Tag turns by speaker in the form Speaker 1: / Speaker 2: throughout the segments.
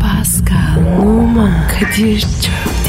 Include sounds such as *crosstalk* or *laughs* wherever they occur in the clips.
Speaker 1: Pascal, Oman, Kadir çok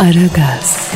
Speaker 1: Aragaz,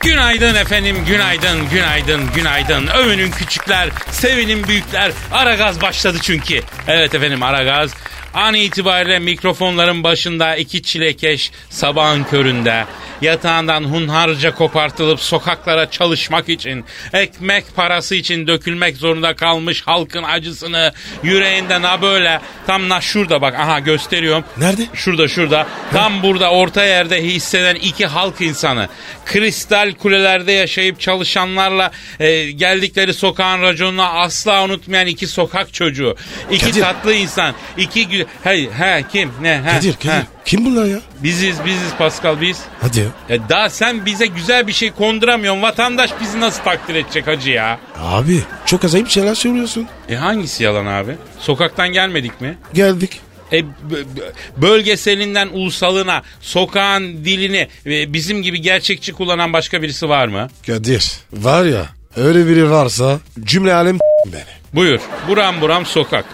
Speaker 2: Günaydın efendim, günaydın, günaydın, günaydın. Övünün küçükler, sevinin büyükler. Ara gaz başladı çünkü. Evet efendim ara gaz. An itibariyle mikrofonların başında iki çilekeş sabahın köründe yatağından hunharca kopartılıp sokaklara çalışmak için ekmek parası için dökülmek zorunda kalmış halkın acısını yüreğinden ha böyle tam na şurada bak aha gösteriyorum.
Speaker 3: Nerede?
Speaker 2: Şurada şurada. Tam burada orta yerde hisseden iki halk insanı. Kristal kulelerde yaşayıp çalışanlarla e, geldikleri sokağın raconunu asla unutmayan iki sokak çocuğu. iki
Speaker 3: Kadir.
Speaker 2: tatlı insan. iki gü- Hey, he kim? Ne? He,
Speaker 3: Kadir Kadir.
Speaker 2: he.
Speaker 3: Kim bunlar ya?
Speaker 2: Biziz, biziz Pascal biz.
Speaker 3: Hadi ya.
Speaker 2: E, daha sen bize güzel bir şey konduramıyorsun. Vatandaş bizi nasıl takdir edecek hacı ya?
Speaker 3: Abi çok acayip şeyler söylüyorsun.
Speaker 2: E hangisi yalan abi? Sokaktan gelmedik mi?
Speaker 3: Geldik.
Speaker 2: E, b- b- bölgeselinden ulusalına, sokağın dilini e, bizim gibi gerçekçi kullanan başka birisi var mı?
Speaker 3: Kadir var ya öyle biri varsa cümle alem *laughs* beni.
Speaker 2: Buyur. Buram buram sokak.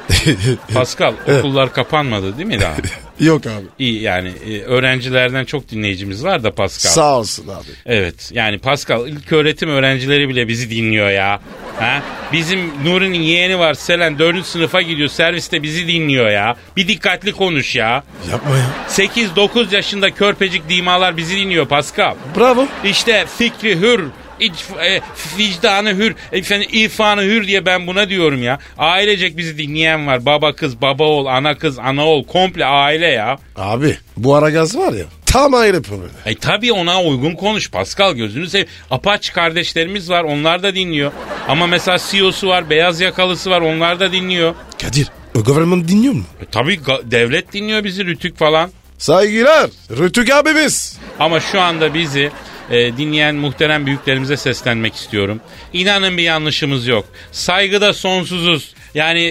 Speaker 2: Pascal
Speaker 3: Evet.
Speaker 2: okullar kapanmadı değil mi daha?
Speaker 3: Yok abi.
Speaker 2: İyi yani e, öğrencilerden çok dinleyicimiz var da Pascal.
Speaker 3: Sağ olsun abi.
Speaker 2: Evet yani Pascal ilk öğretim öğrencileri bile bizi dinliyor ya. Ha? Bizim Nuri'nin yeğeni var Selen 4. sınıfa gidiyor serviste bizi dinliyor ya. Bir dikkatli konuş ya.
Speaker 3: Yapma ya.
Speaker 2: 8-9 yaşında körpecik dimalar bizi dinliyor Pascal.
Speaker 3: Bravo.
Speaker 2: İşte fikri hür, ic- e, vicdanı hür, efendim, ifanı hür diye ben buna diyorum ya. Ailecek bizi dinleyen var. Baba kız, baba oğul, ana kız, ana oğul. Komple aile ya.
Speaker 3: Abi bu ara gaz var ya tam ayrı problem.
Speaker 2: E tabii ona uygun konuş Pascal gözünü sev. Apaç kardeşlerimiz var onlar da dinliyor. Ama mesela CEO'su var, beyaz yakalısı var onlar da dinliyor.
Speaker 3: Kadir o government dinliyor mu?
Speaker 2: E tabii ga- devlet dinliyor bizi Rütük falan.
Speaker 3: Saygılar. Rütük abimiz.
Speaker 2: Ama şu anda bizi e, dinleyen muhterem büyüklerimize seslenmek istiyorum. İnanın bir yanlışımız yok. Saygıda sonsuzuz. Yani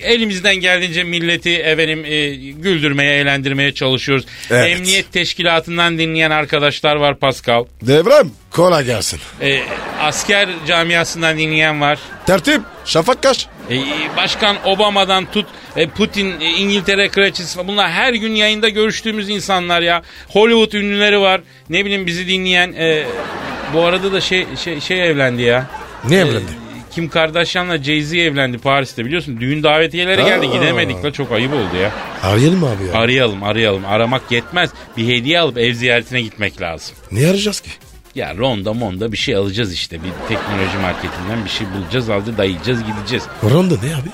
Speaker 2: e, elimizden geldiğince milleti efendim e, güldürmeye, eğlendirmeye çalışıyoruz.
Speaker 3: Evet.
Speaker 2: Emniyet teşkilatından dinleyen arkadaşlar var Pascal.
Speaker 3: Devrem kolay gelsin.
Speaker 2: E, asker camiasından dinleyen var.
Speaker 3: Tertip. Şafak kaç.
Speaker 2: E, Başkan Obama'dan tut e, Putin, e, İngiltere kraliçesi falan. bunlar her gün yayında görüştüğümüz insanlar ya. Hollywood ünlüleri var. Ne bileyim bizi dinleyen e, bu arada da şey şey, şey evlendi ya. E,
Speaker 3: Ne
Speaker 2: Kim Kardashian'la Jay-Z evlendi Paris'te biliyorsun. Düğün davetiyeleri geldi
Speaker 3: Aa.
Speaker 2: gidemedik la çok ayıp oldu ya.
Speaker 3: Arayalım abi ya.
Speaker 2: Arayalım arayalım aramak yetmez. Bir hediye alıp ev ziyaretine gitmek lazım.
Speaker 3: ne arayacağız ki?
Speaker 2: Ya ronda monda bir şey alacağız işte. Bir teknoloji marketinden bir şey bulacağız aldı dayayacağız gideceğiz.
Speaker 3: Oranda ne abi?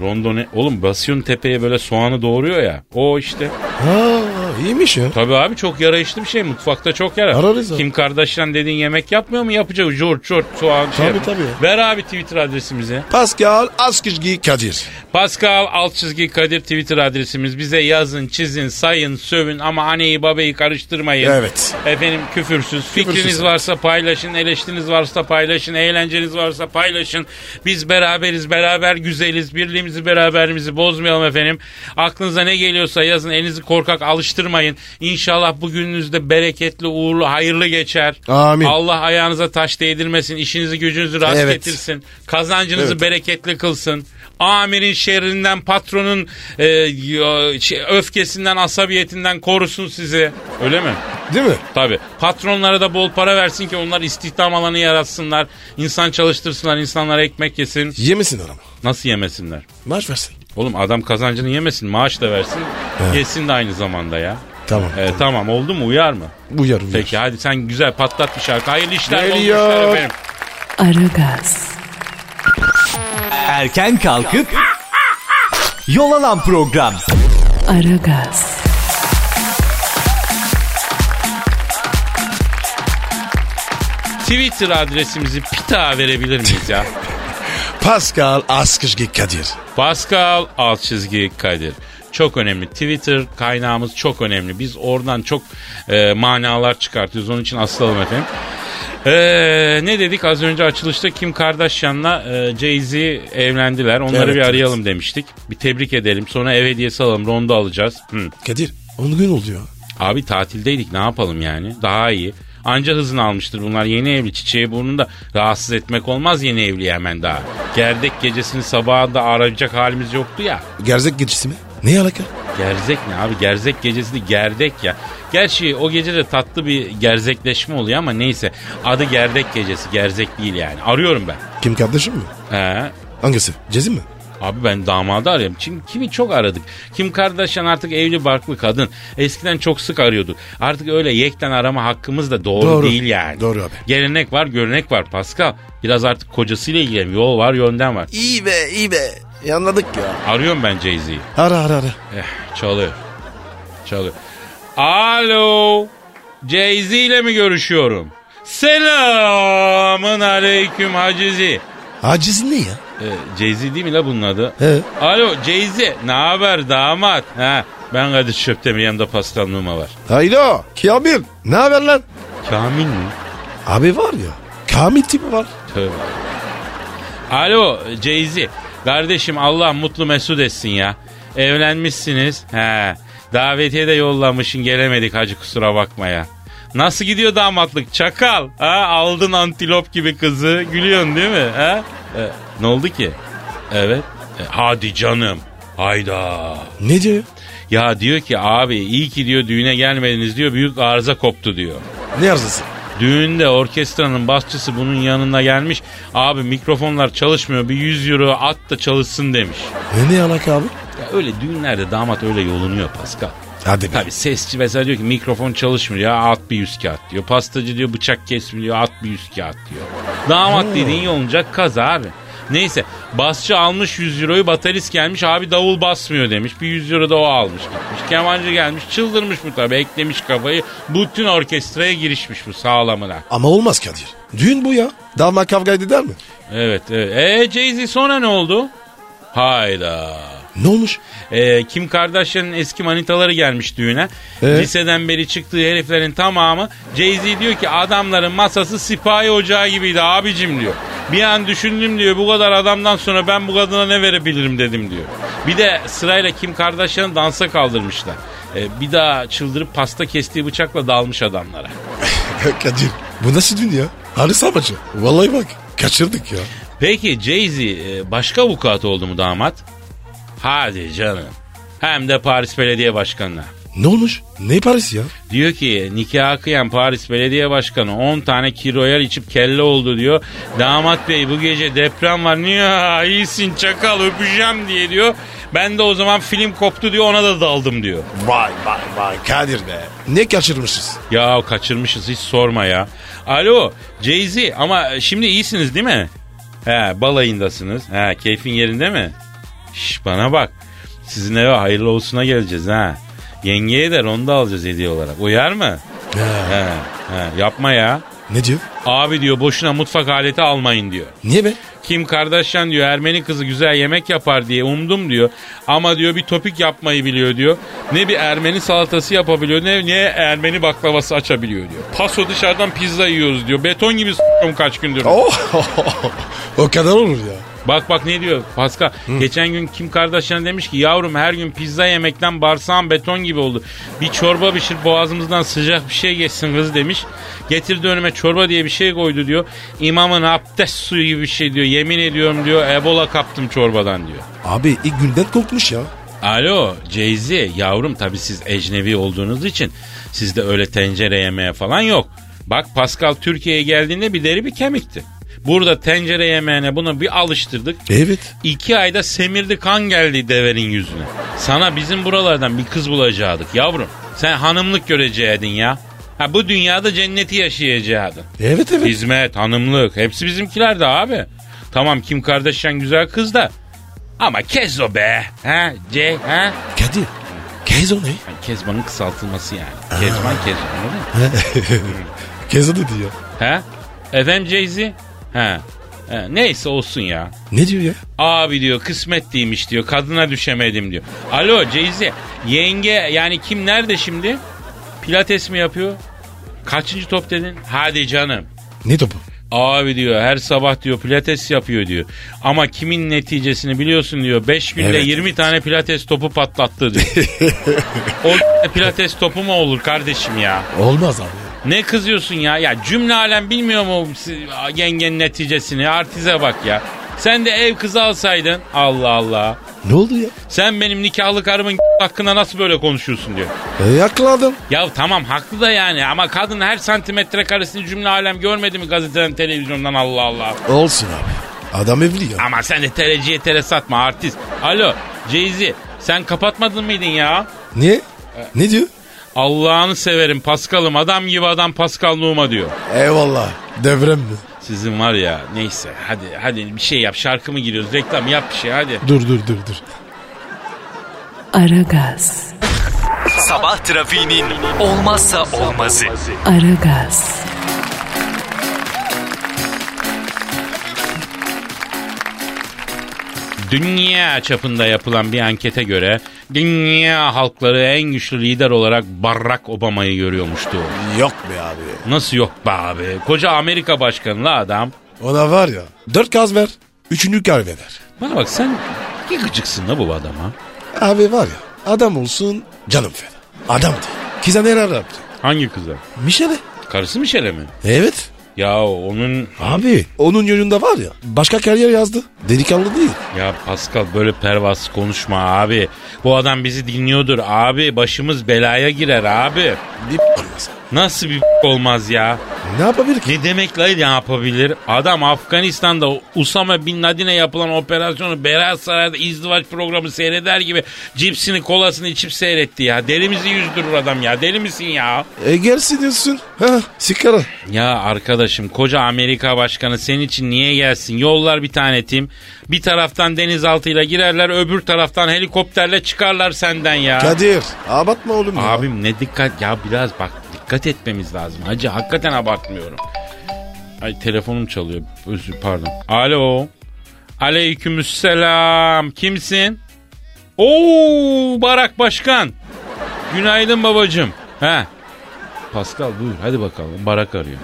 Speaker 2: Rondo ne? Oğlum basıyorsun tepeye böyle soğanı doğuruyor ya. O işte.
Speaker 3: Ha iyiymiş ya.
Speaker 2: Tabii abi çok yarayışlı bir şey. Mutfakta çok yarar.
Speaker 3: Yararız abi.
Speaker 2: Kim Kardashian dediğin yemek yapmıyor mu? Yapacak. Jort jort soğan şey.
Speaker 3: Tabii,
Speaker 2: yapıyor.
Speaker 3: tabii.
Speaker 2: Ver abi Twitter adresimizi.
Speaker 3: Pascal Askizgi Kadir.
Speaker 2: Pascal alt çizgi Kadir Twitter adresimiz. Bize yazın, çizin, sayın, sövün ama anneyi babayı karıştırmayın.
Speaker 3: Evet.
Speaker 2: Efendim küfürsüz. Fikriniz varsa paylaşın, eleştiriniz varsa paylaşın, eğlenceniz varsa paylaşın. Biz beraberiz, beraber güzeliz. Birliğimizi, beraberimizi bozmayalım efendim. Aklınıza ne geliyorsa yazın, elinizi korkak alıştırmayın. İnşallah bugününüz de bereketli, uğurlu, hayırlı geçer.
Speaker 3: Amin.
Speaker 2: Allah ayağınıza taş değdirmesin, işinizi gücünüzü rast
Speaker 3: Evet.
Speaker 2: getirsin. Kazancınızı
Speaker 3: Evet.
Speaker 2: bereketli kılsın. Amirin şerrinden, patronun e, y- şey, öfkesinden, asabiyetinden korusun sizi. Öyle mi?
Speaker 3: Değil mi?
Speaker 2: Tabii. Patronlara da bol para versin ki onlar istihdam alanı yaratsınlar. İnsan çalıştırsınlar, insanlara ekmek yesin.
Speaker 3: Yemesin arama.
Speaker 2: Nasıl yemesinler?
Speaker 3: Maaş versin.
Speaker 2: Oğlum adam kazancını yemesin, maaş da versin. Yesin de aynı zamanda ya.
Speaker 3: Tamam.
Speaker 2: Ee, tamam oldu mu? Uyar mı?
Speaker 3: Uyar uyar.
Speaker 2: Peki hadi sen güzel patlat bir şarkı. Hayırlı işler. bol
Speaker 3: Geliyor.
Speaker 2: işler efendim.
Speaker 1: Aragaz,
Speaker 4: Erken kalkıp yol alan program.
Speaker 1: Aragaz,
Speaker 2: Twitter adresimizi pita verebilir miyiz ya?
Speaker 3: Pascal Askışgi Kadir.
Speaker 2: Pascal alt çizgi Kadir. Çok önemli. Twitter kaynağımız çok önemli. Biz oradan çok e, manalar çıkartıyoruz. Onun için asılalım efendim. E, ne dedik az önce açılışta Kim Kardashian'la e, Jay-Z evlendiler. Onları
Speaker 3: Evet,
Speaker 2: bir
Speaker 3: evet.
Speaker 2: arayalım demiştik. Bir tebrik edelim. Sonra ev hediyesi alalım. Ronda alacağız. Hı.
Speaker 3: Kadir 10 gün oldu ya.
Speaker 2: Abi tatildeydik ne yapalım yani? Daha iyi. Anca hızını almıştır bunlar yeni evli çiçeği burnunda rahatsız etmek olmaz yeni evli hemen daha. Gerdek gecesini sabaha da arayacak halimiz yoktu ya.
Speaker 3: Gerzek geçisi mi? Ne alaka?
Speaker 2: Gerzek ne abi? Gerzek gecesi de gerdek ya. Gerçi o gece de tatlı bir gerzekleşme oluyor ama neyse. Adı gerdek gecesi. Gerzek değil yani. Arıyorum ben.
Speaker 3: Kim kardeşim mi?
Speaker 2: He.
Speaker 3: Hangisi? Cezim mi?
Speaker 2: Abi ben damadı arıyorum. Kim, kimi çok aradık. Kim Kardashian artık evli barklı kadın. Eskiden çok sık arıyorduk. Artık öyle yekten arama hakkımız da doğru,
Speaker 3: Doğru.
Speaker 2: değil yani.
Speaker 3: Doğru abi.
Speaker 2: Gelenek var, görnek var Pascal. Biraz artık kocasıyla ilgilenim. Yol var, yönden var.
Speaker 3: İyi be iyi be. Yanladık ya.
Speaker 2: Arıyorum ben Jay-Z'yi.
Speaker 3: Ara ara ara.
Speaker 2: Eh, çalıyor. Çalıyor. Alo. Jay-Z ile mi görüşüyorum? Selamın aleyküm Hacizi.
Speaker 3: Aciz ne ya?
Speaker 2: Ee, Jay-Z değil mi la bunun adı?
Speaker 3: He.
Speaker 2: Alo Jay-Z. Ne haber damat? Ha, ben Kadir Şöptemir yanında Pascal Numa var.
Speaker 3: Haylo. Kamil. Ne haber lan?
Speaker 2: Kamil mi?
Speaker 3: Abi var ya. Kamil tipi var.
Speaker 2: Tövbe. Alo Jay-Z. Kardeşim Allah mutlu mesut etsin ya. Evlenmişsiniz. He. Davetiye de yollamışsın gelemedik hacı kusura bakma ya. Nasıl gidiyor damatlık çakal? Ha, aldın antilop gibi kızı. Gülüyorsun değil mi? Ha? E, ne oldu ki? Evet. E, hadi canım. Hayda.
Speaker 3: Ne diyor?
Speaker 2: Ya diyor ki abi iyi ki diyor düğüne gelmediniz diyor büyük arıza koptu diyor.
Speaker 3: Ne arızası?
Speaker 2: Düğünde orkestranın basçısı bunun yanına gelmiş. Abi mikrofonlar çalışmıyor bir 100 euro at da çalışsın demiş.
Speaker 3: Ne, ne alaka abi?
Speaker 2: Ya öyle düğünlerde damat öyle yolunuyor Pascal.
Speaker 3: Hadi be.
Speaker 2: Tabi sesçi mesela diyor ki mikrofon çalışmıyor ya at bir yüz kağıt diyor. Pastacı diyor bıçak kesmiyor at bir yüz kağıt diyor. Damat dediğin yolunacak kaza abi. Neyse basçı almış 100 euroyu baterist gelmiş abi davul basmıyor demiş. Bir 100 euro da o almış gitmiş. Kemancı gelmiş çıldırmış bu tabi eklemiş kafayı. Bütün orkestraya girişmiş bu sağlamına.
Speaker 3: Ama olmaz Kadir. Düğün bu ya. Damat kavga eder mi?
Speaker 2: Evet evet. E Jay-Z sonra ne oldu? Hayda.
Speaker 3: Ne olmuş? *laughs*
Speaker 2: Ee, Kim Kardashian'ın eski manitaları gelmiş düğüne.
Speaker 3: Ee?
Speaker 2: Liseden beri çıktığı heriflerin tamamı Jay-Z diyor ki adamların masası sipahi ocağı gibiydi abicim diyor. Bir an düşündüm diyor bu kadar adamdan sonra ben bu kadına ne verebilirim dedim diyor. Bir de sırayla Kim Kardashian'ı dansa kaldırmışlar. Ee, bir daha çıldırıp pasta kestiği bıçakla dalmış adamlara.
Speaker 3: Kadir. Bu nasıl düğün ya? Halı sabacı. Vallahi bak. Kaçırdık ya.
Speaker 2: Peki Jay-Z e, başka vukuat oldu mu damat? Hadi canım. Hem de Paris Belediye Başkanı'na.
Speaker 3: Ne olmuş? Ne Paris ya?
Speaker 2: Diyor ki nikah kıyan Paris Belediye Başkanı 10 tane kiroyal içip kelle oldu diyor. Damat bey bu gece deprem var. Niye iyisin çakal öpeceğim diye diyor. Ben de o zaman film koptu diyor ona da daldım diyor.
Speaker 3: Vay vay vay Kadir be. Ne kaçırmışız?
Speaker 2: Ya kaçırmışız hiç sorma ya. Alo Jay-Z ama şimdi iyisiniz değil mi? He balayındasınız. He keyfin yerinde mi? Şş bana bak. Sizin eve hayırlı olsuna geleceğiz ha. Yengeye de ronda alacağız hediye olarak. Uyar mı? He, he, yapma ya.
Speaker 3: Ne diyor?
Speaker 2: Abi diyor boşuna mutfak aleti almayın diyor.
Speaker 3: Niye be?
Speaker 2: Kim Kardashian diyor Ermeni kızı güzel yemek yapar diye umdum diyor. Ama diyor bir topik yapmayı biliyor diyor. Ne bir Ermeni salatası yapabiliyor ne, ne Ermeni baklavası açabiliyor diyor. Paso dışarıdan pizza yiyoruz diyor. Beton gibi s**yorum kaç gündür.
Speaker 3: Oh, *laughs* o kadar olur ya.
Speaker 2: Bak bak ne diyor Pascal. Geçen gün Kim Kardashian demiş ki yavrum her gün pizza yemekten bağırsağım beton gibi oldu. Bir çorba pişir boğazımızdan sıcak bir şey geçsin kız demiş. Getirdi önüme çorba diye bir şey koydu diyor. İmamın abdest suyu gibi bir şey diyor. Yemin ediyorum diyor Ebola kaptım çorbadan diyor.
Speaker 3: Abi ilk günden korkmuş ya.
Speaker 2: Alo Jay-Z yavrum tabi siz ecnevi olduğunuz için sizde öyle tencere yemeğe falan yok. Bak Pascal Türkiye'ye geldiğinde bir deri bir kemikti. Burada tencere yemeğine bunu bir alıştırdık.
Speaker 3: Evet.
Speaker 2: İki ayda semirdi kan geldi devenin yüzüne. Sana bizim buralardan bir kız bulacaktık yavrum. Sen hanımlık göreceydin ya. Ha bu dünyada cenneti yaşayacaktın.
Speaker 3: Evet evet.
Speaker 2: Hizmet, hanımlık hepsi bizimkiler de abi. Tamam Kim Kardashian güzel kız da. Ama Kezo be. Ha C ha.
Speaker 3: Kadir. Kez o ne?
Speaker 2: Yani Kezban'ın kısaltılması yani. Kezban Kezban
Speaker 3: *laughs*
Speaker 2: değil mi?
Speaker 3: Kez o dedi ya.
Speaker 2: Ha? Efendim Jay-Z? Ha. He, neyse olsun ya.
Speaker 3: Ne diyor ya?
Speaker 2: Abi diyor kısmet değilmiş diyor. Kadına düşemedim diyor. Alo Ceyzi. Yenge yani kim nerede şimdi? Pilates mi yapıyor? Kaçıncı top dedin? Hadi canım.
Speaker 3: Ne topu?
Speaker 2: Abi diyor her sabah diyor pilates yapıyor diyor. Ama kimin neticesini biliyorsun diyor. 5 günde
Speaker 3: Evet,
Speaker 2: 20 tane pilates topu patlattı diyor. o pilates topu mu olur kardeşim ya?
Speaker 3: Olmaz abi.
Speaker 2: Ne kızıyorsun ya? Ya cümle alem bilmiyor mu si- yengenin neticesini? Artize bak ya. Sen de ev kızı alsaydın. Allah Allah.
Speaker 3: Ne oldu ya?
Speaker 2: Sen benim nikahlı karımın *laughs* hakkında nasıl böyle konuşuyorsun diyor.
Speaker 3: E, yakladım.
Speaker 2: Ya tamam haklı da yani ama kadın her santimetre karesini cümle alem görmedi mi gazeteden televizyondan Allah Allah.
Speaker 3: Olsun abi. Adam evli ya.
Speaker 2: Ama sen de tereciye tere satma artist. Alo Jay-Z sen kapatmadın mıydın ya?
Speaker 3: Niye? Ne diyor?
Speaker 2: Allah'ını severim Paskal'ım adam gibi adam Paskal Numa diyor.
Speaker 3: Eyvallah. Devrem mi?
Speaker 2: Sizin var ya neyse hadi hadi bir şey yap şarkı mı giriyoruz reklam yap bir şey hadi.
Speaker 3: Dur dur dur dur.
Speaker 1: Aragaz,
Speaker 4: Sabah trafiğinin olmazsa olmazı.
Speaker 1: Aragaz,
Speaker 2: Dünya çapında yapılan bir ankete göre dünya halkları en güçlü lider olarak Barack Obama'yı görüyormuştu.
Speaker 3: Yok be abi.
Speaker 2: Nasıl yok be abi koca Amerika başkanı la adam.
Speaker 3: Ona var ya. Dört gaz ver. Üçüncü kaybeder.
Speaker 2: Bana bak sen ne gıcıksın la bu adama.
Speaker 3: Abi var ya. Adam olsun canım feda. Adam değil. Kıza neler yaptı?
Speaker 2: Hangi kıza?
Speaker 3: Mişele.
Speaker 2: Karısı Mişel'e mi?
Speaker 3: Evet.
Speaker 2: Ya onun
Speaker 3: Abi onun yönünde var ya. Başka kariyer yazdı. Delikanlı değil.
Speaker 2: ya Pascal böyle pervasız konuşma abi. Bu adam bizi dinliyordur abi. Başımız belaya girer abi.
Speaker 3: Bir olmaz.
Speaker 2: Nasıl bir *laughs* olmaz ya?
Speaker 3: Ne yapabilir ki?
Speaker 2: Ne demek lan ne yapabilir? Adam Afganistan'da Usama Bin Laden'e yapılan operasyonu Berat Saray'da izdivaç programı seyreder gibi cipsini kolasını içip seyretti ya. Delimizi yüzdürür adam ya. Deli misin ya?
Speaker 3: E gelsin diyorsun. Ha, sigara.
Speaker 2: Ya arkadaşım koca Amerika başkanı senin için niye gelsin? Yollar bir tane tim. Bir taraftan denizaltıyla girerler öbür taraftan helikopterle çıkarlar senden ya.
Speaker 3: Kadir. Abartma oğlum ya.
Speaker 2: Abim ne dikkat ya biraz bak dikkat etmemiz lazım. Hacı hakikaten abartmıyorum. Ay telefonum çalıyor. Özür pardon. Alo. Aleykümselam. Kimsin? Oo Barak Başkan. Günaydın babacım. He. Pascal buyur hadi bakalım. Barak arıyor.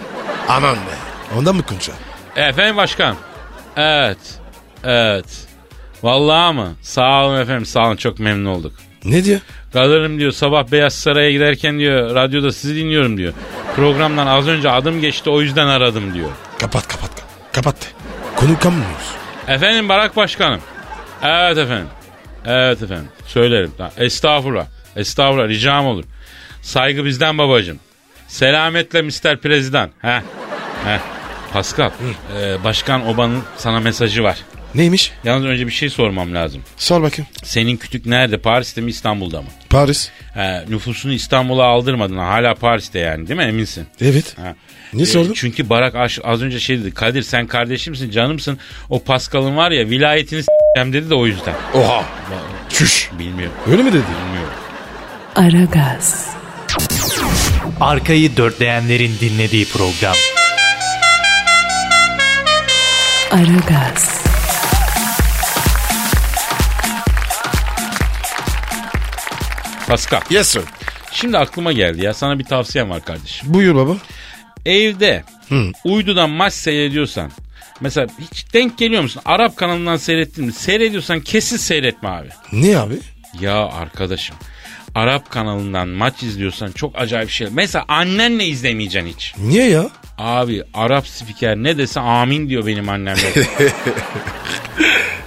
Speaker 3: Aman be. Ondan mı konuşalım?
Speaker 2: Efendim başkan. Evet. Evet. Vallahi mı? Sağ olun efendim. Sağ olun. Çok memnun olduk.
Speaker 3: Ne diyor?
Speaker 2: Kalırım diyor sabah Beyaz Saray'a giderken diyor radyoda sizi dinliyorum diyor. Programdan az önce adım geçti o yüzden aradım diyor.
Speaker 3: Kapat kapat. Kapat de. Konu kanmıyoruz.
Speaker 2: Efendim Barak Başkanım. Evet efendim. Evet efendim. Söylerim. Ha, Estağfurullah. Estağfurullah ricam olur. Saygı bizden babacım. Selametle Mr. Prezident. Heh. Heh. Pascal, e, Başkan Oba'nın sana mesajı var.
Speaker 3: Neymiş?
Speaker 2: Yalnız önce bir şey sormam lazım.
Speaker 3: Sor bakayım.
Speaker 2: Senin kütük nerede? Paris'te mi İstanbul'da mı?
Speaker 3: Paris.
Speaker 2: He, nüfusunu İstanbul'a aldırmadın. Hala Paris'te yani değil mi? Eminsin.
Speaker 3: Evet.
Speaker 2: Ha.
Speaker 3: Niye
Speaker 2: E,
Speaker 3: sordun?
Speaker 2: Çünkü Barak aş- az önce şey dedi. Kadir sen kardeşimsin, canımsın. O Pascal'ın var ya vilayetini s**eceğim dedi de o yüzden.
Speaker 3: Oha. Çüş.
Speaker 2: Bilmiyorum.
Speaker 3: Öyle mi dedi?
Speaker 2: Bilmiyorum.
Speaker 1: Aragaz,
Speaker 4: Arkayı dörtleyenlerin dinlediği program.
Speaker 1: Aragaz,
Speaker 2: Pascal.
Speaker 3: Yes sir.
Speaker 2: Şimdi aklıma geldi ya. Sana bir tavsiyem var kardeşim.
Speaker 3: Buyur baba.
Speaker 2: Evde uydudan maç seyrediyorsan Mesela hiç denk geliyor musun? Arap kanalından seyrettin mi? Seyrediyorsan kesin seyretme abi.
Speaker 3: Ne abi?
Speaker 2: Ya arkadaşım Arap kanalından maç izliyorsan çok acayip şey. Mesela annenle izlemeyeceksin hiç.
Speaker 3: Niye ya?
Speaker 2: Abi Arap spiker ne dese amin diyor benim annem.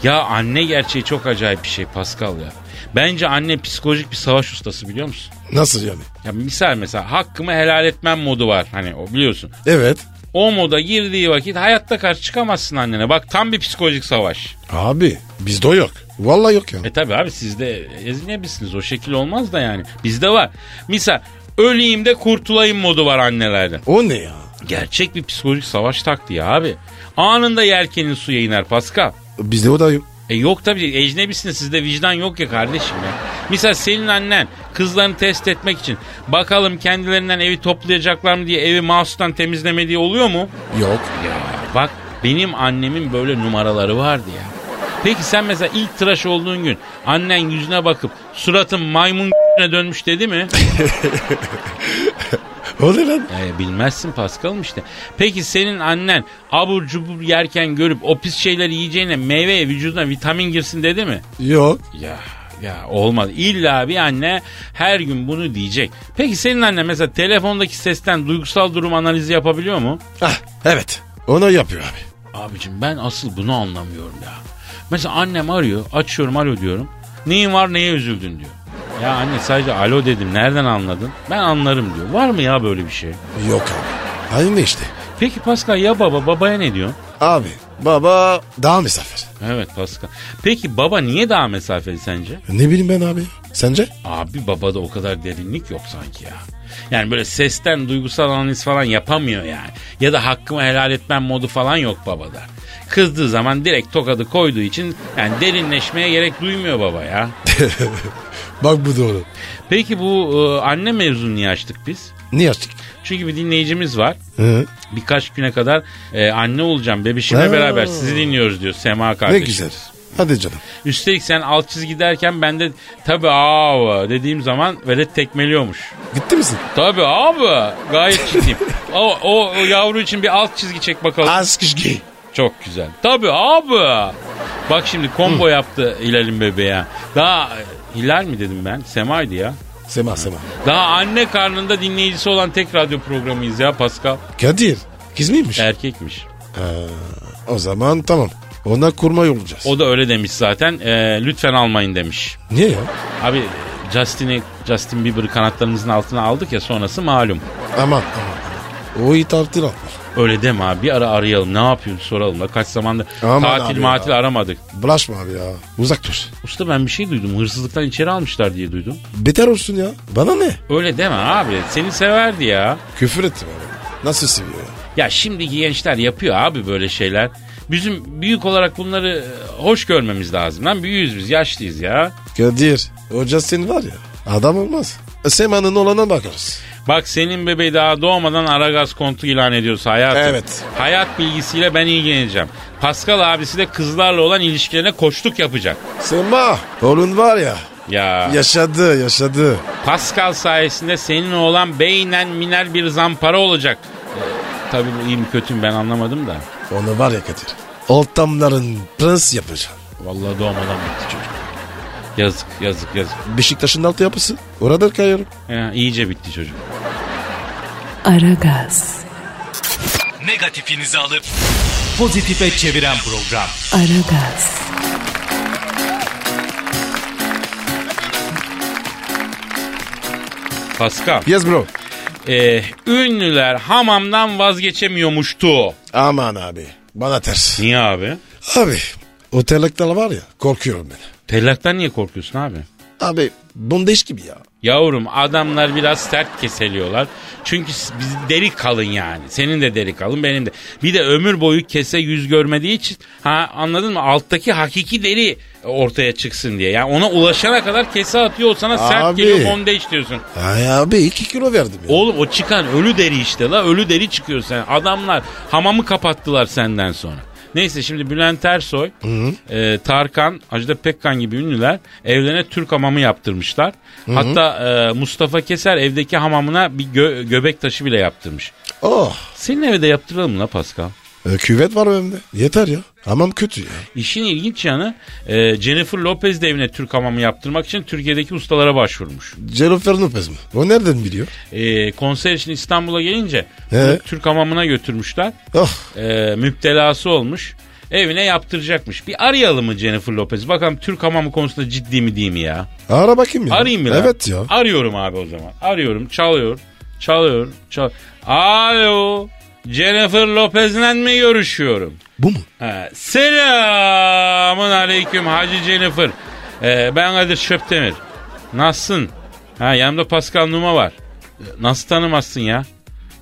Speaker 2: ya anne gerçeği çok acayip bir şey Pascal ya. Bence anne psikolojik bir savaş ustası biliyor musun?
Speaker 3: Nasıl yani?
Speaker 2: Ya misal mesela hakkımı helal etmem modu var. Hani o biliyorsun.
Speaker 3: Evet.
Speaker 2: O moda girdiği vakit hayatta karşı çıkamazsın annene. Bak tam bir psikolojik savaş.
Speaker 3: Abi bizde o yok. Vallahi yok ya.
Speaker 2: E tabi abi sizde ezmeyebilirsiniz. O şekil olmaz da yani. Bizde var. Misal öleyim de kurtulayım modu var annelerde.
Speaker 3: O ne ya?
Speaker 2: Gerçek bir psikolojik savaş taktiği abi. Anında yelkenin suya iner Pascal.
Speaker 3: Bizde o da yok.
Speaker 2: E yok tabii ecnebisiniz sizde vicdan yok ya kardeşim ya. Misal senin annen kızlarını test etmek için bakalım kendilerinden evi toplayacaklar mı diye evi mahsustan temizlemediği oluyor mu?
Speaker 3: Yok.
Speaker 2: Bak Benim annemin böyle numaraları vardı ya. Peki sen mesela ilk tıraş olduğun gün annen yüzüne bakıp suratın maymun *laughs* dönmüş dedi mi?
Speaker 3: O ne lan?
Speaker 2: E, bilmezsin Paskal'ım işte. Peki senin annen abur cubur yerken görüp o pis şeyleri yiyeceğine meyveye vücuduna vitamin girsin dedi mi?
Speaker 3: Yok.
Speaker 2: Ya ya olmaz. İlla bir anne her gün bunu diyecek. Peki senin annen mesela telefondaki sesten duygusal durum analizi yapabiliyor mu?
Speaker 3: Ah, evet. Onu yapıyor abi.
Speaker 2: Abicim ben asıl bunu anlamıyorum ya. Mesela annem arıyor, açıyorum alo diyorum. Neyin var neye üzüldün diyor. Ya anne sadece alo dedim nereden anladın? Ben anlarım diyor. Var mı ya böyle bir şey?
Speaker 3: Yok abi. Aynı işte.
Speaker 2: Peki Pascal ya baba babaya ne diyor?
Speaker 3: Abi baba daha misafir.
Speaker 2: Evet Pascal. Peki baba niye daha mesafeli sence?
Speaker 3: Ne bileyim ben abi. Sence?
Speaker 2: Abi babada o kadar derinlik yok sanki ya. Yani böyle sesten duygusal analiz falan yapamıyor yani. Ya da hakkımı helal etmem modu falan yok babada. Kızdığı zaman direkt tokadı koyduğu için yani derinleşmeye gerek duymuyor baba ya.
Speaker 3: Bak bu doğru.
Speaker 2: Peki bu e, anne mevzunu niye açtık biz?
Speaker 3: Niye açtık?
Speaker 2: Çünkü bir dinleyicimiz var.
Speaker 3: Hı.
Speaker 2: Birkaç güne kadar e, anne olacağım bebişimle
Speaker 3: Ha.
Speaker 2: beraber sizi dinliyoruz diyor Sema
Speaker 3: Ne
Speaker 2: kardeşim.
Speaker 3: güzel. Hadi canım.
Speaker 2: Üstelik sen alt çizgi derken ben de tabi abi dediğim zaman velet tekmeliyormuş.
Speaker 3: Gitti misin?
Speaker 2: Tabi abi gayet ciddiyim. O, o, o yavru için bir alt çizgi çek bakalım.
Speaker 3: Az kişki.
Speaker 2: Çok güzel. Tabi abi. Bak şimdi combo yaptı Hilal'in bebeğe. Daha Hilal mi dedim ben? Sema'ydı ya.
Speaker 3: Sema Sema.
Speaker 2: Daha anne karnında dinleyicisi olan tek radyo programıyız ya Pascal.
Speaker 3: Kadir. Kız mıymış?
Speaker 2: Erkekmiş.
Speaker 3: O zaman tamam. Ona kurma yollayacağız.
Speaker 2: O da öyle demiş zaten. Ee, lütfen almayın demiş.
Speaker 3: Niye ya?
Speaker 2: Abi Justin'i Justin Bieber'ı kanatlarımızın altına aldık ya sonrası malum.
Speaker 3: Aman aman. aman. O iyi tartır
Speaker 2: Öyle deme abi bir ara arayalım ne yapıyorsun soralım da kaç zamanda
Speaker 3: Aman
Speaker 2: tatil
Speaker 3: abi
Speaker 2: matil
Speaker 3: ya.
Speaker 2: aramadık.
Speaker 3: Bulaşma abi ya. Uzak dur.
Speaker 2: Usta ben bir şey duydum hırsızlıktan içeri almışlar diye duydum.
Speaker 3: Beter olsun ya. Bana ne?
Speaker 2: Öyle deme abi seni severdi ya.
Speaker 3: Küfür ettim abi. Nasıl seviyor ya?
Speaker 2: Ya şimdiki gençler yapıyor abi böyle şeyler. Bizim büyük olarak bunları e, hoş görmemiz lazım lan büyüğüz biz yaşlıyız ya.
Speaker 3: Kadir. O Justin var ya. Adam olmaz. E, Sema'nın olana bakarız.
Speaker 2: Bak senin bebeği daha doğmadan Aragaz kontu ilan ediyoruz hayatım.
Speaker 3: Evet.
Speaker 2: Hayat bilgisiyle ben ilgileneceğim. Pascal abisi de kızlarla olan ilişkilerine koçluk yapacak.
Speaker 3: Sema. Oğlun var ya.
Speaker 2: Ya
Speaker 3: Yaşadı yaşadı.
Speaker 2: Pascal sayesinde senin oğlan beynen miner bir zampara olacak. Ee, tabii bu iyi mi kötü mü ben anlamadım da.
Speaker 3: Onu var ya Kadir. Ortamların prens yapacağım.
Speaker 2: Vallahi doğmadan bitti çocuk. Yazık yazık yazık.
Speaker 3: Beşiktaş'ın altı yapısı. Orada kayarım.
Speaker 2: Ya, iyice bitti çocuk.
Speaker 1: Aragaz,
Speaker 4: Negatifinizi alıp pozitife çeviren program.
Speaker 1: Aragaz,
Speaker 2: Pascal.
Speaker 3: Yes bro.
Speaker 2: ee, ünlüler hamamdan vazgeçemiyormuştu.
Speaker 3: Aman abi. Bana ters.
Speaker 2: Niye abi?
Speaker 3: Abi. O telaklar var ya. Korkuyorum ben.
Speaker 2: Tellaktan niye korkuyorsun abi?
Speaker 3: Abi. Bondeş gibi ya.
Speaker 2: Yavrum adamlar biraz sert keseliyorlar. Çünkü s- biz deri kalın yani. Senin de deri kalın benim de. Bir de ömür boyu kese yüz görmediği için ha anladın mı? Alttaki hakiki deri ortaya çıksın diye. Yani ona ulaşana kadar kese atıyor o sana sert
Speaker 3: Abi.
Speaker 2: geliyor bondeş diyorsun.
Speaker 3: Ay abi 2 kilo verdim ya.
Speaker 2: Oğlum o çıkan ölü deri işte la ölü deri çıkıyor sen. Adamlar hamamı kapattılar senden sonra. Neyse şimdi Bülent Ersoy, e, Tarkan, Ajda Pekkan gibi ünlüler evlerine Türk hamamı yaptırmışlar. Hatta e, Mustafa Keser evdeki hamamına bir gö- göbek taşı bile yaptırmış.
Speaker 3: Oh.
Speaker 2: Senin eve de yaptıralım mı la Pascal.
Speaker 3: e, küvet var önümde. Yeter ya. Hamam kötü ya.
Speaker 2: İşin ilginç yanı e, Jennifer Lopez de evine Türk hamamı yaptırmak için Türkiye'deki ustalara başvurmuş.
Speaker 3: Jennifer Lopez mi? O nereden biliyor?
Speaker 2: E, konser için İstanbul'a gelince
Speaker 3: He.
Speaker 2: Türk hamamına götürmüşler.
Speaker 3: Oh.
Speaker 2: e, müptelası olmuş. Evine yaptıracakmış. Bir arayalım mı Jennifer Lopez? Bakalım Türk hamamı konusunda ciddi mi değil mi ya?
Speaker 3: Ara bakayım ya.
Speaker 2: Arayayım mı lan?
Speaker 3: Evet ya.
Speaker 2: Arıyorum abi o zaman. Arıyorum. Çalıyor. Çalıyor. Çal Alo. Jennifer Lopez'le mi görüşüyorum?
Speaker 3: Bu mu?
Speaker 2: Ha, Selamun aleyküm Hacı Jennifer. Ee, ben Kadir Şöptemir. Nasılsın? Ha, yanımda Pascal Numa var. Ee, Nasıl tanımazsın ya?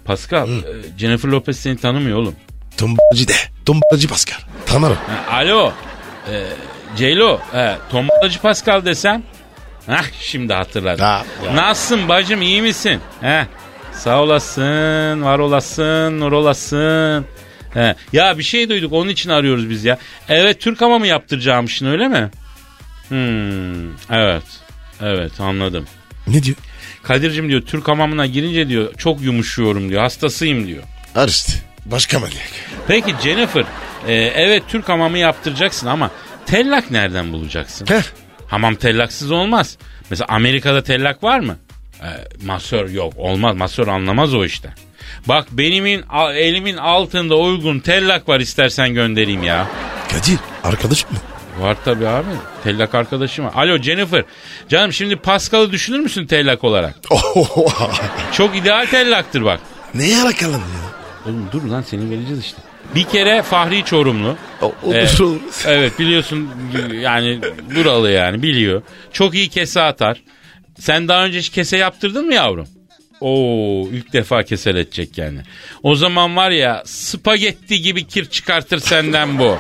Speaker 2: Pascal, e, Jennifer Lopez seni tanımıyor oğlum.
Speaker 3: Tombacı de. Tombacı Pascal. Tanırım.
Speaker 2: Alo. Ee, Ceylo. E, Tombalacı Pascal desem. Hah şimdi hatırladım.
Speaker 3: Ha, ya.
Speaker 2: Nasılsın bacım iyi misin? Heh. Sağ olasın, var olasın, nur olasın. He. Ya bir şey duyduk onun için arıyoruz biz ya. Evet Türk Hava mı yaptıracağımışsın öyle mi? Hmm, evet. Evet anladım.
Speaker 3: Ne diyor?
Speaker 2: Kadir'cim diyor Türk hamamına girince diyor çok yumuşuyorum diyor hastasıyım diyor.
Speaker 3: Her işte. Başka manyak.
Speaker 2: Peki Jennifer e, evet Türk hamamı yaptıracaksın ama tellak nereden bulacaksın?
Speaker 3: Heh.
Speaker 2: Hamam tellaksız olmaz. Mesela Amerika'da tellak var mı? E, masör yok olmaz masör anlamaz o işte. Bak benimin a- elimin altında uygun tellak var istersen göndereyim ya.
Speaker 3: Kadir arkadaş mı? *laughs*
Speaker 2: Var tabii abi. Tellak arkadaşım var. Alo Jennifer. Canım şimdi Pascal'ı düşünür müsün tellak olarak? Çok ideal tellaktır bak.
Speaker 3: Oh, Neye bakalım ya?
Speaker 2: Oğlum dur lan seni vereceğiz işte. Bir kere Fahri Çorumlu.
Speaker 3: O- olur,
Speaker 2: Evet.
Speaker 3: olur.
Speaker 2: Evet biliyorsun yani buralı yani biliyor. Çok iyi kese atar. Sen daha önce hiç kese yaptırdın mı yavrum? Oo ilk defa keseletecek yani. O zaman var ya spagetti gibi kir çıkartır senden bu.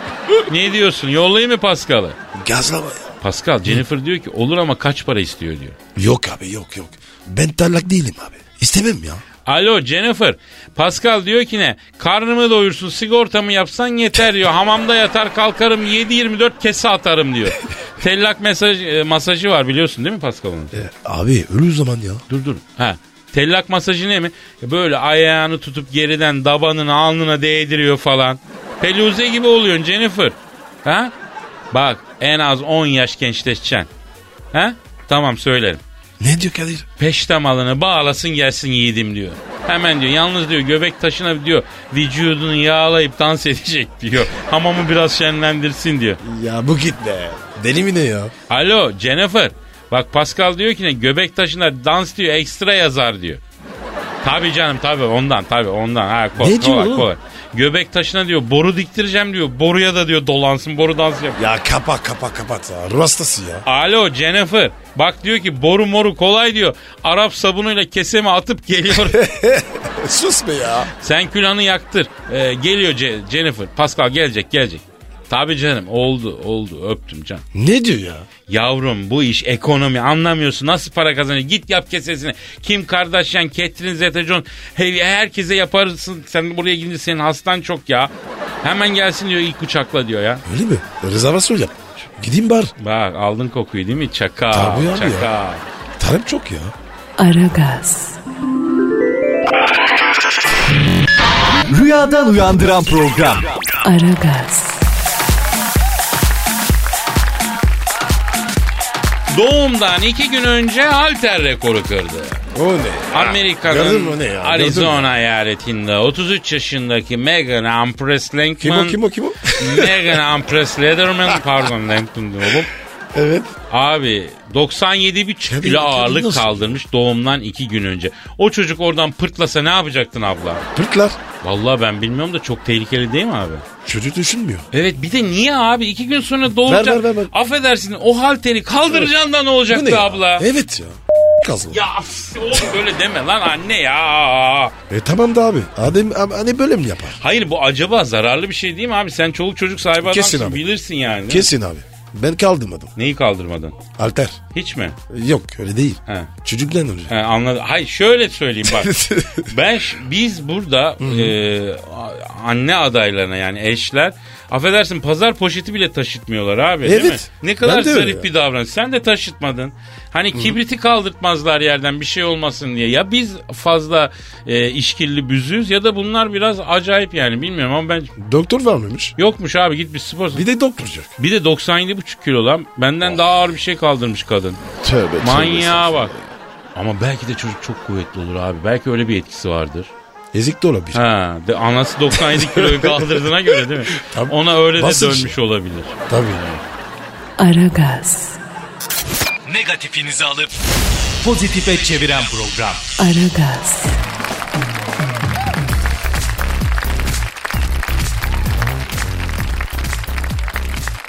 Speaker 2: ne diyorsun yollayayım mı Paskal'ı?
Speaker 3: Gazlama ya.
Speaker 2: Pascal Jennifer diyor ki olur ama kaç para istiyor diyor.
Speaker 3: Yok abi yok yok. Ben tarlak değilim abi. İstemem ya.
Speaker 2: Alo Jennifer. Pascal diyor ki ne? Karnımı doyursun sigortamı yapsan yeter diyor. Hamamda yatar kalkarım 7-24 kese atarım diyor. Tellak mesaj, e, masajı var biliyorsun değil mi Pascal'ın?
Speaker 3: E, abi ölü zaman ya.
Speaker 2: Dur dur. Ha. Tellak masajı ne mi? E, Böyle ayağını tutup geriden dabanın alnına değdiriyor falan. Peluze gibi oluyorsun Jennifer. Ha? Bak en az 10 yaş gençleşeceksin. Ha? Tamam söylerim.
Speaker 3: Ne diyor Kadir?
Speaker 2: Peştemalını bağlasın gelsin yiğidim diyor. Hemen diyor yalnız diyor göbek taşına diyor vücudunu yağlayıp dans *laughs* edecek diyor. Hamamı biraz şenlendirsin diyor.
Speaker 3: Ya bu gitme. Deli mi ne ya?
Speaker 2: Alo Jennifer bak Pascal diyor ki ne göbek taşına dans diyor ekstra yazar diyor. Tabii canım tabii ondan tabii ondan. Ha, ko-
Speaker 3: Ne diyor
Speaker 2: kolay,
Speaker 3: oğlum?
Speaker 2: kolay. Göbek taşına diyor boru diktireceğim diyor. Boruya da diyor dolansın boru dans yap.
Speaker 3: Ya kapa kapa kapat ya. Ruh hastası ya. *laughs*
Speaker 2: Alo Jennifer bak diyor ki boru moru kolay diyor. Arap sabunuyla keseme atıp geliyor.
Speaker 3: Sus be ya.
Speaker 2: Sen külahını yaktır. Ee, geliyor Ce- Jennifer. Pascal gelecek gelecek. Tabii canım oldu oldu öptüm can.
Speaker 3: Ne diyor ya?
Speaker 2: Yavrum bu iş ekonomi anlamıyorsun. Nasıl para kazanıyor? Git yap kesesini. Kim Kardashian, Catherine Zeta-Jones he- herkese yaparsın. Sen buraya gidince senin hastan çok ya. Hemen gelsin diyor ilk uçakla diyor ya.
Speaker 3: Öyle mi? Rezervasyon yap. Gideyim bar.
Speaker 2: Bak aldın kokuyu değil mi? Çaka.
Speaker 3: Tabii abi
Speaker 2: çaka.
Speaker 3: ya. Talep çok ya.
Speaker 1: Aragaz,
Speaker 4: Rüyadan uyandıran program.
Speaker 1: Aragaz,
Speaker 2: Doğumdan iki gün önce halter rekoru kırdı.
Speaker 3: O ne? ya? Gördün mü
Speaker 2: Amerika'nın
Speaker 3: ne ya? Gördün mü?
Speaker 2: Arizona eyaletinde 33 yaşındaki Megan Ampress
Speaker 3: Kim o
Speaker 2: Lankman
Speaker 3: kim o *laughs* kim o?
Speaker 2: Megan Ampress Lederman pardon Lankman oğlum.
Speaker 3: evet.
Speaker 2: Abi 97,5
Speaker 3: Kadın-
Speaker 2: kilo
Speaker 3: kadın
Speaker 2: ağırlık
Speaker 3: nasıl?
Speaker 2: kaldırmış doğumdan 2 gün önce. O çocuk oradan pırtlasa ne yapacaktın abla?
Speaker 3: Pırtlar.
Speaker 2: Vallahi ben bilmiyorum da çok tehlikeli değil mi abi?
Speaker 3: Çocuk düşünmüyor.
Speaker 2: Evet bir de niye abi 2 gün sonra doğuracak?
Speaker 3: Ver, ver, ver, ver.
Speaker 2: Affedersin o halteri kaldıracaksın da ne
Speaker 3: Bu ne
Speaker 2: olacaktı
Speaker 3: ya?
Speaker 2: abla?
Speaker 3: Evet ya. Kazma.
Speaker 2: Ya af, oğlum böyle deme lan anne ya.
Speaker 3: E tamam da abi. Adem ab- hani böyle mi yapar?
Speaker 2: Hayır bu acaba zararlı bir şey değil mi abi? Sen çoluk çocuk sahibi
Speaker 3: Kesin
Speaker 2: adamsın
Speaker 3: abi.
Speaker 2: bilirsin yani.
Speaker 3: Kesin abi. Ben kaldırmadım.
Speaker 2: Neyi kaldırmadın?
Speaker 3: Alter.
Speaker 2: Hiç mi?
Speaker 3: Yok öyle değil.
Speaker 2: He.
Speaker 3: Çocuklar önce.
Speaker 2: He, anladım. Hayır şöyle söyleyeyim
Speaker 3: *laughs*
Speaker 2: bak. ben ş- biz burada e, a- anne adaylarına yani eşler affedersin pazar poşeti bile taşıtmıyorlar abi değil mi?
Speaker 3: Evet.
Speaker 2: Ne kadar
Speaker 3: Ben de öyle
Speaker 2: zarif
Speaker 3: ya.
Speaker 2: bir davranış. Sen de taşıtmadın. Hani kibriti kaldırtmazlar yerden bir şey olmasın diye. Ya biz fazla e, işkilli büzüyüz ya da bunlar biraz acayip yani bilmiyorum ama ben
Speaker 3: Doktor var mıymış?
Speaker 2: yokmuş abi git bir spor
Speaker 3: Bir de doktor yok.
Speaker 2: Bir de 97,5 kilo lan. Benden daha ağır bir şey kaldırmış kadın.
Speaker 3: Tövbe
Speaker 2: Manyağa bak. Ama belki de çocuk çok kuvvetli olur abi. Belki öyle bir etkisi vardır.
Speaker 3: Ezik de olabilir.
Speaker 2: Ha, de anası 97 kiloyu kaldırdığına göre değil mi?
Speaker 3: Tabii.
Speaker 2: Ona öyle de
Speaker 3: Basınç.
Speaker 2: dönmüş olabilir.
Speaker 3: Tabii. ya.
Speaker 1: Aragaz,
Speaker 4: Negatifinizi alıp pozitife çeviren program.
Speaker 1: Aragaz,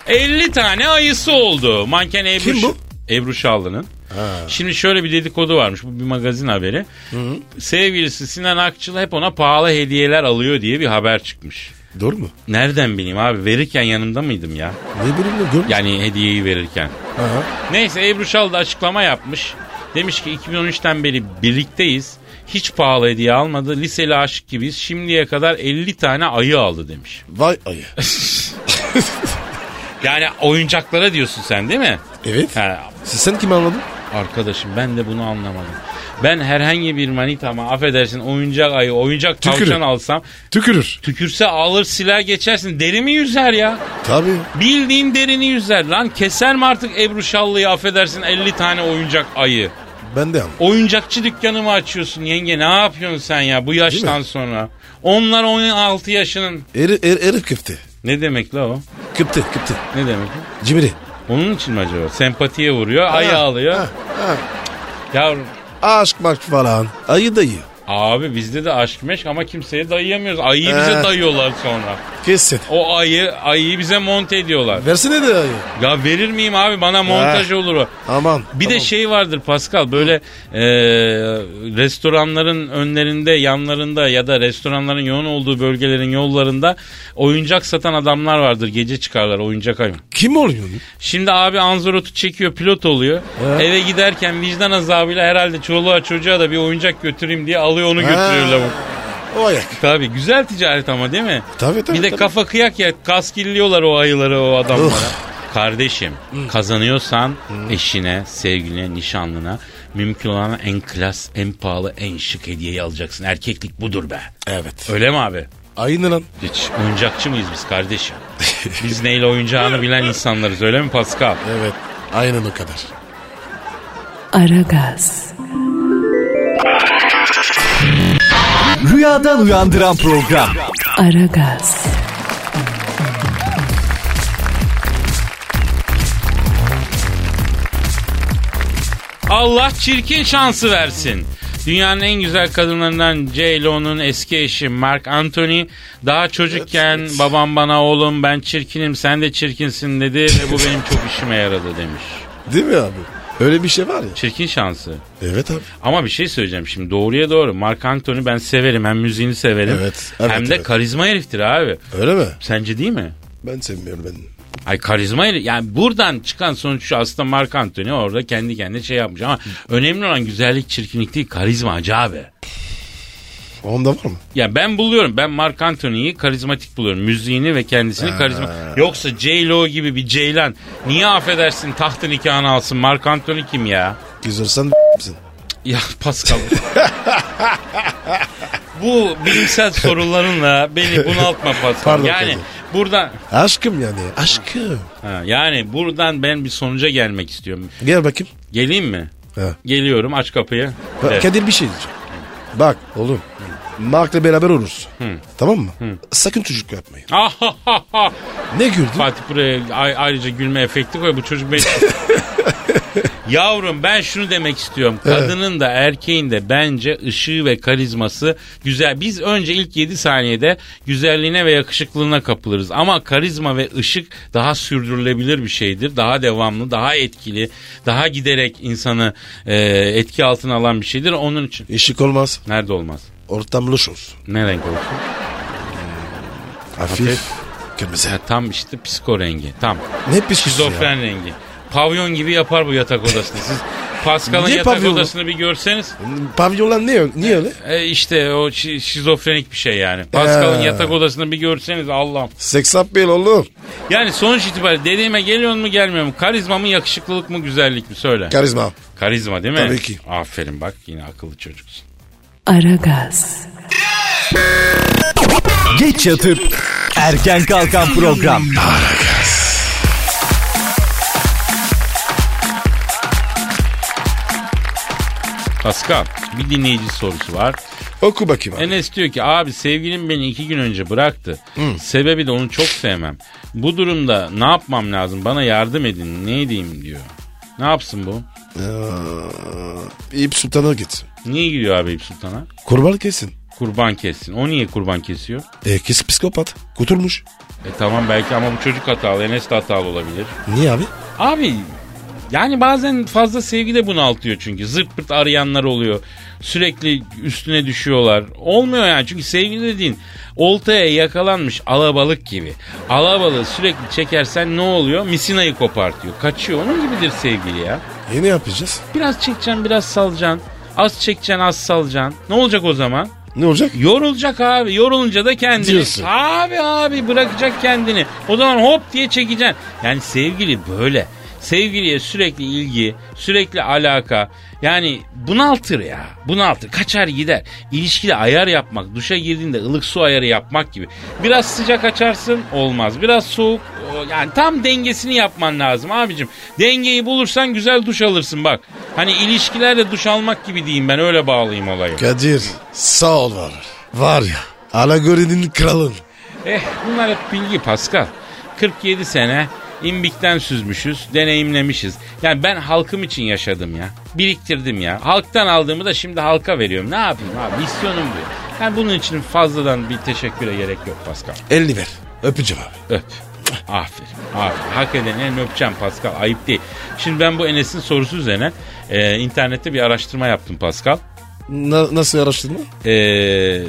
Speaker 2: Hı. 50 tane ayısı oldu. Manken Ebru
Speaker 3: Kim bu?
Speaker 2: Ebru Şallı'nın. Şimdi şöyle bir dedikodu varmış. Bu bir magazin haberi. Sevgilisi Sinan Akçıl hep ona pahalı hediyeler alıyor diye bir haber çıkmış.
Speaker 3: Doğru mu?
Speaker 2: Nereden bileyim abi? Verirken yanımda mıydım ya?
Speaker 3: Ne bileyim ne gör.
Speaker 2: Yani hediyeyi verirken.
Speaker 3: Aha.
Speaker 2: Neyse Ebru Şal da açıklama yapmış. Demiş ki 2013'ten beri birlikteyiz. Hiç pahalı hediye almadı. Liseli aşık gibiyiz. Şimdiye kadar 50 tane ayı aldı demiş.
Speaker 3: Vay ayı.
Speaker 2: Yani oyuncaklara diyorsun sen değil mi?
Speaker 3: Evet.
Speaker 2: Ha,
Speaker 3: Sen, sen kimi anladın?
Speaker 2: arkadaşım ben de bunu anlamadım. Ben herhangi bir manitama affedersin oyuncak ayı, oyuncak
Speaker 3: Tükürür.
Speaker 2: tavşan alsam
Speaker 3: Tükürür.
Speaker 2: tükürse alır siler geçersin. Deri mi yüzer ya?
Speaker 3: Tabii.
Speaker 2: Bildiğin derini yüzer lan. Keser mi artık Ebru Şallı'yı affedersin 50 tane oyuncak ayı?
Speaker 3: Ben de anladım.
Speaker 2: Oyuncakçı dükkanı mı açıyorsun yenge? Ne yapıyorsun sen ya bu yaştan sonra? Onlar 16 yaşının...
Speaker 3: Eri, er, erif kıptı.
Speaker 2: Ne demek la o?
Speaker 3: Kıptı kıptı.
Speaker 2: Ne demek?
Speaker 3: Cimri.
Speaker 2: Onun için mi acaba? Sempatiye vuruyor, ayı
Speaker 3: Ha,
Speaker 2: alıyor.
Speaker 3: ha, ha.
Speaker 2: Yavrum
Speaker 3: Aşk bak falan. Ayı dayı.
Speaker 2: abi bizde de aşk meşk ama kimseye dayayamıyoruz. Ayıyı bize
Speaker 3: Ee.
Speaker 2: dayıyorlar sonra.
Speaker 3: Kesin.
Speaker 2: O ayı, ayıyı bize monte ediyorlar.
Speaker 3: Versene de ayı.
Speaker 2: Ya verir miyim abi bana montaj olur o.
Speaker 3: Aman.
Speaker 2: Bir de
Speaker 3: tamam.
Speaker 2: şey vardır Pascal böyle e, restoranların önlerinde yanlarında ya da restoranların yoğun olduğu bölgelerin yollarında oyuncak satan adamlar vardır gece çıkarlar oyuncak ayı.
Speaker 3: Kim oluyor?
Speaker 2: Şimdi abi anzorotu çekiyor pilot oluyor
Speaker 3: He.
Speaker 2: eve giderken vicdan azabıyla herhalde çoluğa çocuğa da bir oyuncak götüreyim diye alıyor onu götürüyor lavuk.
Speaker 3: O ayak.
Speaker 2: Tabii güzel ticaret ama değil mi?
Speaker 3: Tabii, tabii,
Speaker 2: Bir de
Speaker 3: tabii.
Speaker 2: kafa kıyak ya kaskilliyorlar o ayıları o adamlara.
Speaker 3: Ugh.
Speaker 2: Kardeşim kazanıyorsan eşine, sevgiline, nişanlına mümkün olan en klas, en pahalı, en şık hediyeyi alacaksın. Erkeklik budur be.
Speaker 3: Evet.
Speaker 2: Öyle mi abi?
Speaker 3: Ayı lan.
Speaker 2: Hiç oyuncakçı mıyız
Speaker 3: *laughs*
Speaker 2: biz kardeşim? biz neyle oyuncağını bilen insanlarız öyle mi Pascal?
Speaker 3: Evet. Aynen o kadar.
Speaker 1: Aragaz,
Speaker 4: Rüyadan uyandıran program.
Speaker 1: Aragaz,
Speaker 2: Allah çirkin şansı versin. Dünyanın en güzel kadınlarından J-Lo'nun eski eşi Mark Anthony daha çocukken babam bana oğlum ben çirkinim sen de çirkinsin dedi ve bu benim çok işime yaradı demiş.
Speaker 3: Değil mi abi? Öyle bir şey var ya.
Speaker 2: Çirkin şansı.
Speaker 3: Evet abi.
Speaker 2: Ama bir şey söyleyeceğim şimdi doğruya doğru. Mark Anthony ben severim hem müziğini severim
Speaker 3: Evet, evet,
Speaker 2: hem de
Speaker 3: evet.
Speaker 2: karizma heriftir abi.
Speaker 3: Öyle mi?
Speaker 2: Sence değil mi?
Speaker 3: Ben sevmiyorum ben.
Speaker 2: Ay karizma herif. Yani buradan çıkan sonuç şu aslında Mark Anthony orada kendi kendine şey yapmış ama önemli olan güzellik çirkinlik değil karizma hacı abi.
Speaker 3: Onda var mı?
Speaker 2: Ya ben buluyorum. Ben Mark Anthony'yi karizmatik buluyorum. Müziğini ve kendisini karizma. Yoksa J-Lo gibi bir Ceylan. Niye affedersin tahtı nikahını alsın? Mark Anthony kim ya?
Speaker 3: Güzel sen misin?
Speaker 2: Ya Pascal. *laughs* Bu bilimsel sorularınla beni bunaltma Pascal.
Speaker 3: Pardon
Speaker 2: yani
Speaker 3: kardeşim.
Speaker 2: buradan
Speaker 3: Aşkım yani. Aşkım.
Speaker 2: ha, yani buradan ben bir sonuca gelmek istiyorum.
Speaker 3: Gel bakayım.
Speaker 2: Geleyim mi?
Speaker 3: Ha.
Speaker 2: Geliyorum aç kapıyı.
Speaker 3: Bak,
Speaker 2: Evet.
Speaker 3: Kadir bir şey diyeceğim. Bak oğlum. Mark'la beraber oluruz. Tamam mı? Sakın çocuk yapmayın.
Speaker 2: Ah,
Speaker 3: Ne güldün?
Speaker 2: Fatih buraya ay- ayrıca gülme efekti koy. Bu çocuk beni... Yavrum ben şunu demek istiyorum. Kadının da erkeğin de bence ışığı ve karizması güzel. Biz önce ilk 7 saniyede güzelliğine ve yakışıklılığına kapılırız. Ama karizma ve ışık daha sürdürülebilir bir şeydir. Daha devamlı, daha etkili, daha giderek insanı e, etki altına alan bir şeydir. Onun için.
Speaker 3: Işık olmaz.
Speaker 2: Nerede olmaz?
Speaker 3: Ortam loş olsun.
Speaker 2: Ne renk olsun?
Speaker 3: Hafif. Kırmızı.
Speaker 2: Ya tam işte psiko rengi. Tam.
Speaker 3: Ne pis kız ya.
Speaker 2: Şizofren rengi. Pavyon gibi yapar bu yatak odasını. Siz Pascal'ın
Speaker 3: Niye
Speaker 2: yatak
Speaker 3: pavyonu?
Speaker 2: odasını bir görseniz
Speaker 3: Pavyonlar niye, niye öyle?
Speaker 2: e, işte o şi- şizofrenik bir şey yani. Pascal'ın
Speaker 3: Ee.
Speaker 2: yatak odasını bir görseniz Allah'ım.
Speaker 3: Seksap değil oğlum.
Speaker 2: Yani sonuç itibariyle dediğime geliyor mu gelmiyor mu? Karizma mı yakışıklılık mı güzellik mi söyle.
Speaker 3: Karizma.
Speaker 2: Karizma değil mi?
Speaker 3: Tabii ki.
Speaker 2: Aferin bak yine akıllı çocuksun.
Speaker 1: Aragaz,
Speaker 4: Geç yatıp erken kalkan program.
Speaker 2: Pascal bir dinleyici sorusu var.
Speaker 3: Oku bakayım abi.
Speaker 2: Enes diyor ki abi sevgilim beni iki gün önce bıraktı. Sebebi de onu çok sevmem. Bu durumda ne yapmam lazım? Bana yardım edin. Ne edeyim diyor. Ne yapsın bu?
Speaker 3: Ee, İyip Sultan'a git.
Speaker 2: Niye gidiyor abi Eyüp Sultan'a?
Speaker 3: Kurban kesin.
Speaker 2: Kurban kessin. O niye kurban kesiyor?
Speaker 3: E, kız psikopat. Kuturmuş.
Speaker 2: E tamam belki ama bu çocuk hatalı. Enes de hatalı olabilir.
Speaker 3: Niye abi?
Speaker 2: Abi yani bazen fazla sevgi de bunaltıyor çünkü. Zırt pırt arayanlar oluyor. Sürekli üstüne düşüyorlar. Olmuyor yani çünkü sevgi dediğin oltaya yakalanmış alabalık gibi. Alabalığı sürekli çekersen ne oluyor? Misinayı kopartıyor. Kaçıyor. Onun gibidir sevgili ya.
Speaker 3: E ne yapacağız?
Speaker 2: Biraz çekeceksin biraz salacaksın. Az çekeceksin az salacaksın. Ne olacak o zaman?
Speaker 3: Ne olacak?
Speaker 2: *laughs* Yorulacak abi. Yorulunca da kendini.
Speaker 3: Diyorsun.
Speaker 2: Abi abi bırakacak kendini. O zaman hop diye çekeceksin. Yani sevgili böyle. Sevgiliye sürekli ilgi, sürekli alaka. Yani bunaltır ya. Bunaltır. Kaçar gider. İlişkide ayar yapmak, duşa girdiğinde ılık su ayarı yapmak gibi. Biraz sıcak açarsın olmaz. Biraz soğuk o- yani tam dengesini yapman lazım abicim. Dengeyi bulursan güzel duş alırsın bak. Hani ilişkilerde duş almak gibi diyeyim ben öyle bağlayayım olayı.
Speaker 3: Kadir sağ ol var. Var ya Alagori'nin kralın.
Speaker 2: Eh bunlar hep bilgi Pascal. 47 sene imbikten süzmüşüz, deneyimlemişiz. Yani ben halkım için yaşadım ya. Biriktirdim ya. Halktan aldığımı da şimdi halka veriyorum. Ne yapayım abi? Misyonum bu. Yani bunun için fazladan bir teşekküre gerek yok Pascal.
Speaker 3: Elini ver. Öpeceğim abi.
Speaker 2: Öp. Aferin. Aferin. Hak edeni en öpeceğim Pascal. Ayıp değil. Şimdi ben bu Enes'in sorusu üzerine e, internette bir araştırma yaptım Pascal.
Speaker 3: Na- nasıl araştırma?
Speaker 2: Ee,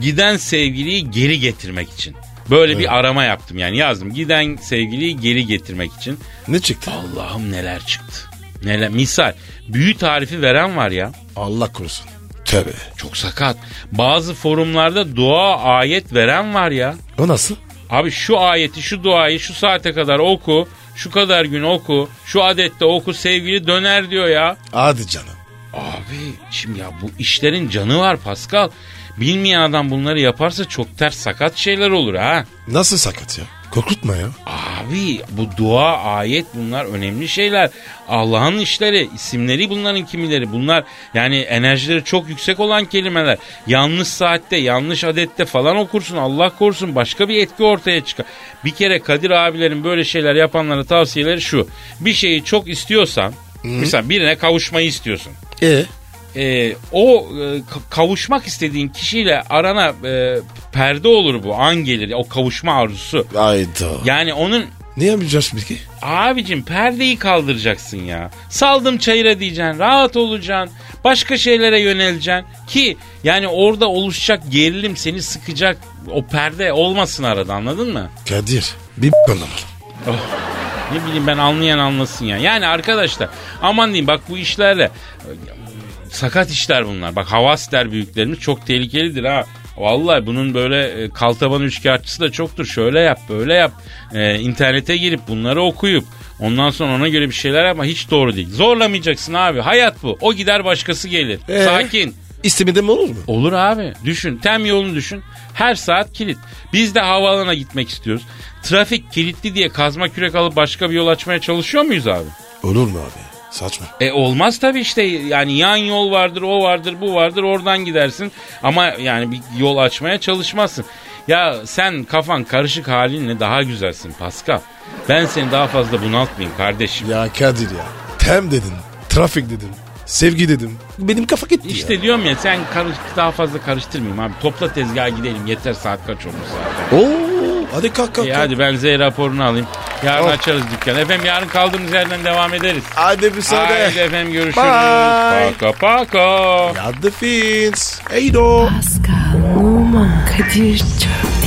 Speaker 2: giden sevgiliyi geri getirmek için. Böyle bir arama yaptım yani yazdım. Giden sevgiliyi geri getirmek için.
Speaker 3: Ne çıktı?
Speaker 2: Allah'ım neler çıktı. Neler misal büyü tarifi veren var ya.
Speaker 3: Allah korusun. Tövbe.
Speaker 2: Çok sakat. Bazı forumlarda dua ayet veren var ya.
Speaker 3: O nasıl?
Speaker 2: Abi şu ayeti şu duayı şu saate kadar oku. Şu kadar gün oku. Şu adette oku sevgili döner diyor ya.
Speaker 3: Hadi canım.
Speaker 2: Abi şimdi ya bu işlerin canı var Pascal. Bilmeyen adam bunları yaparsa çok ters sakat şeyler olur ha.
Speaker 3: Nasıl sakat ya? Korkutma ya.
Speaker 2: Abi bu dua, ayet bunlar önemli şeyler. Allah'ın işleri, isimleri bunların kimileri. Bunlar yani enerjileri çok yüksek olan kelimeler. Yanlış saatte, yanlış adette falan okursun. Allah korusun başka bir etki ortaya çıkar. Bir kere Kadir abilerin böyle şeyler yapanlara tavsiyeleri şu. Bir şeyi çok istiyorsan, mesela birine kavuşmayı istiyorsun
Speaker 3: E
Speaker 2: e, o e, ka- kavuşmak istediğin kişiyle arana e, perde olur bu an gelir o kavuşma arzusu.
Speaker 3: Hayda.
Speaker 2: Yani onun
Speaker 3: Ne yapacağız peki?
Speaker 2: abicim perdeyi kaldıracaksın ya. Saldım çayıra diyeceksin rahat olacaksın başka şeylere yöneleceksin ki yani orada oluşacak gerilim seni sıkacak o perde olmasın arada anladın mı?
Speaker 3: Kadir bir b- anlamadım.
Speaker 2: Ne bileyim ben anlayan anlasın ya. Yani arkadaşlar aman diyeyim bak bu işlerle e, sakat işler bunlar. Bak havas der büyüklerimiz çok tehlikelidir ha. Vallahi bunun böyle e, kaltaban üçkağıtçısı da çoktur. Şöyle yap böyle yap. E, internete girip bunları okuyup ondan sonra ona göre bir şeyler yapma hiç doğru değil. Zorlamayacaksın abi hayat bu. O gider başkası gelir.
Speaker 3: Ee?
Speaker 2: Sakin.
Speaker 3: İstemeden mi olur mu?
Speaker 2: Olur abi. Düşün. Tem yolunu düşün. Her saat kilit. Biz de havaalanına gitmek istiyoruz. Trafik kilitli diye kazma kürek alıp başka bir yol açmaya çalışıyor muyuz abi?
Speaker 3: Olur mu abi? Saçma.
Speaker 2: E olmaz tabii işte yani yan yol vardır o vardır bu vardır oradan gidersin ama yani bir yol açmaya çalışmazsın. Ya sen kafan karışık halinle daha güzelsin Pascal. Ben seni daha fazla bunaltmayayım kardeşim.
Speaker 3: Ya Kadir ya. Tem dedim. Trafik dedim. Sevgi dedim. Benim kafa gitti
Speaker 2: İşte
Speaker 3: ya.
Speaker 2: diyorum ya sen karış, daha fazla karıştırmayayım abi. Topla tezgaha gidelim yeter saat kaç olmuş zaten.
Speaker 3: Oo, hadi kalk kalk.
Speaker 2: İyi
Speaker 3: kalk.
Speaker 2: E hadi ben Z raporunu alayım. Yarın
Speaker 3: Oh.
Speaker 2: açarız dükkanı. Efendim yarın kaldığımız yerden devam ederiz.
Speaker 3: Hadi müsaade.
Speaker 2: Haydi efendim görüşürüz.
Speaker 3: Bye.
Speaker 2: Paka paka.
Speaker 3: Yandı Fins. Eydo.
Speaker 1: Pascal, Oman, Kadir çok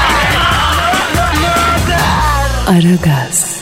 Speaker 1: Aragaz.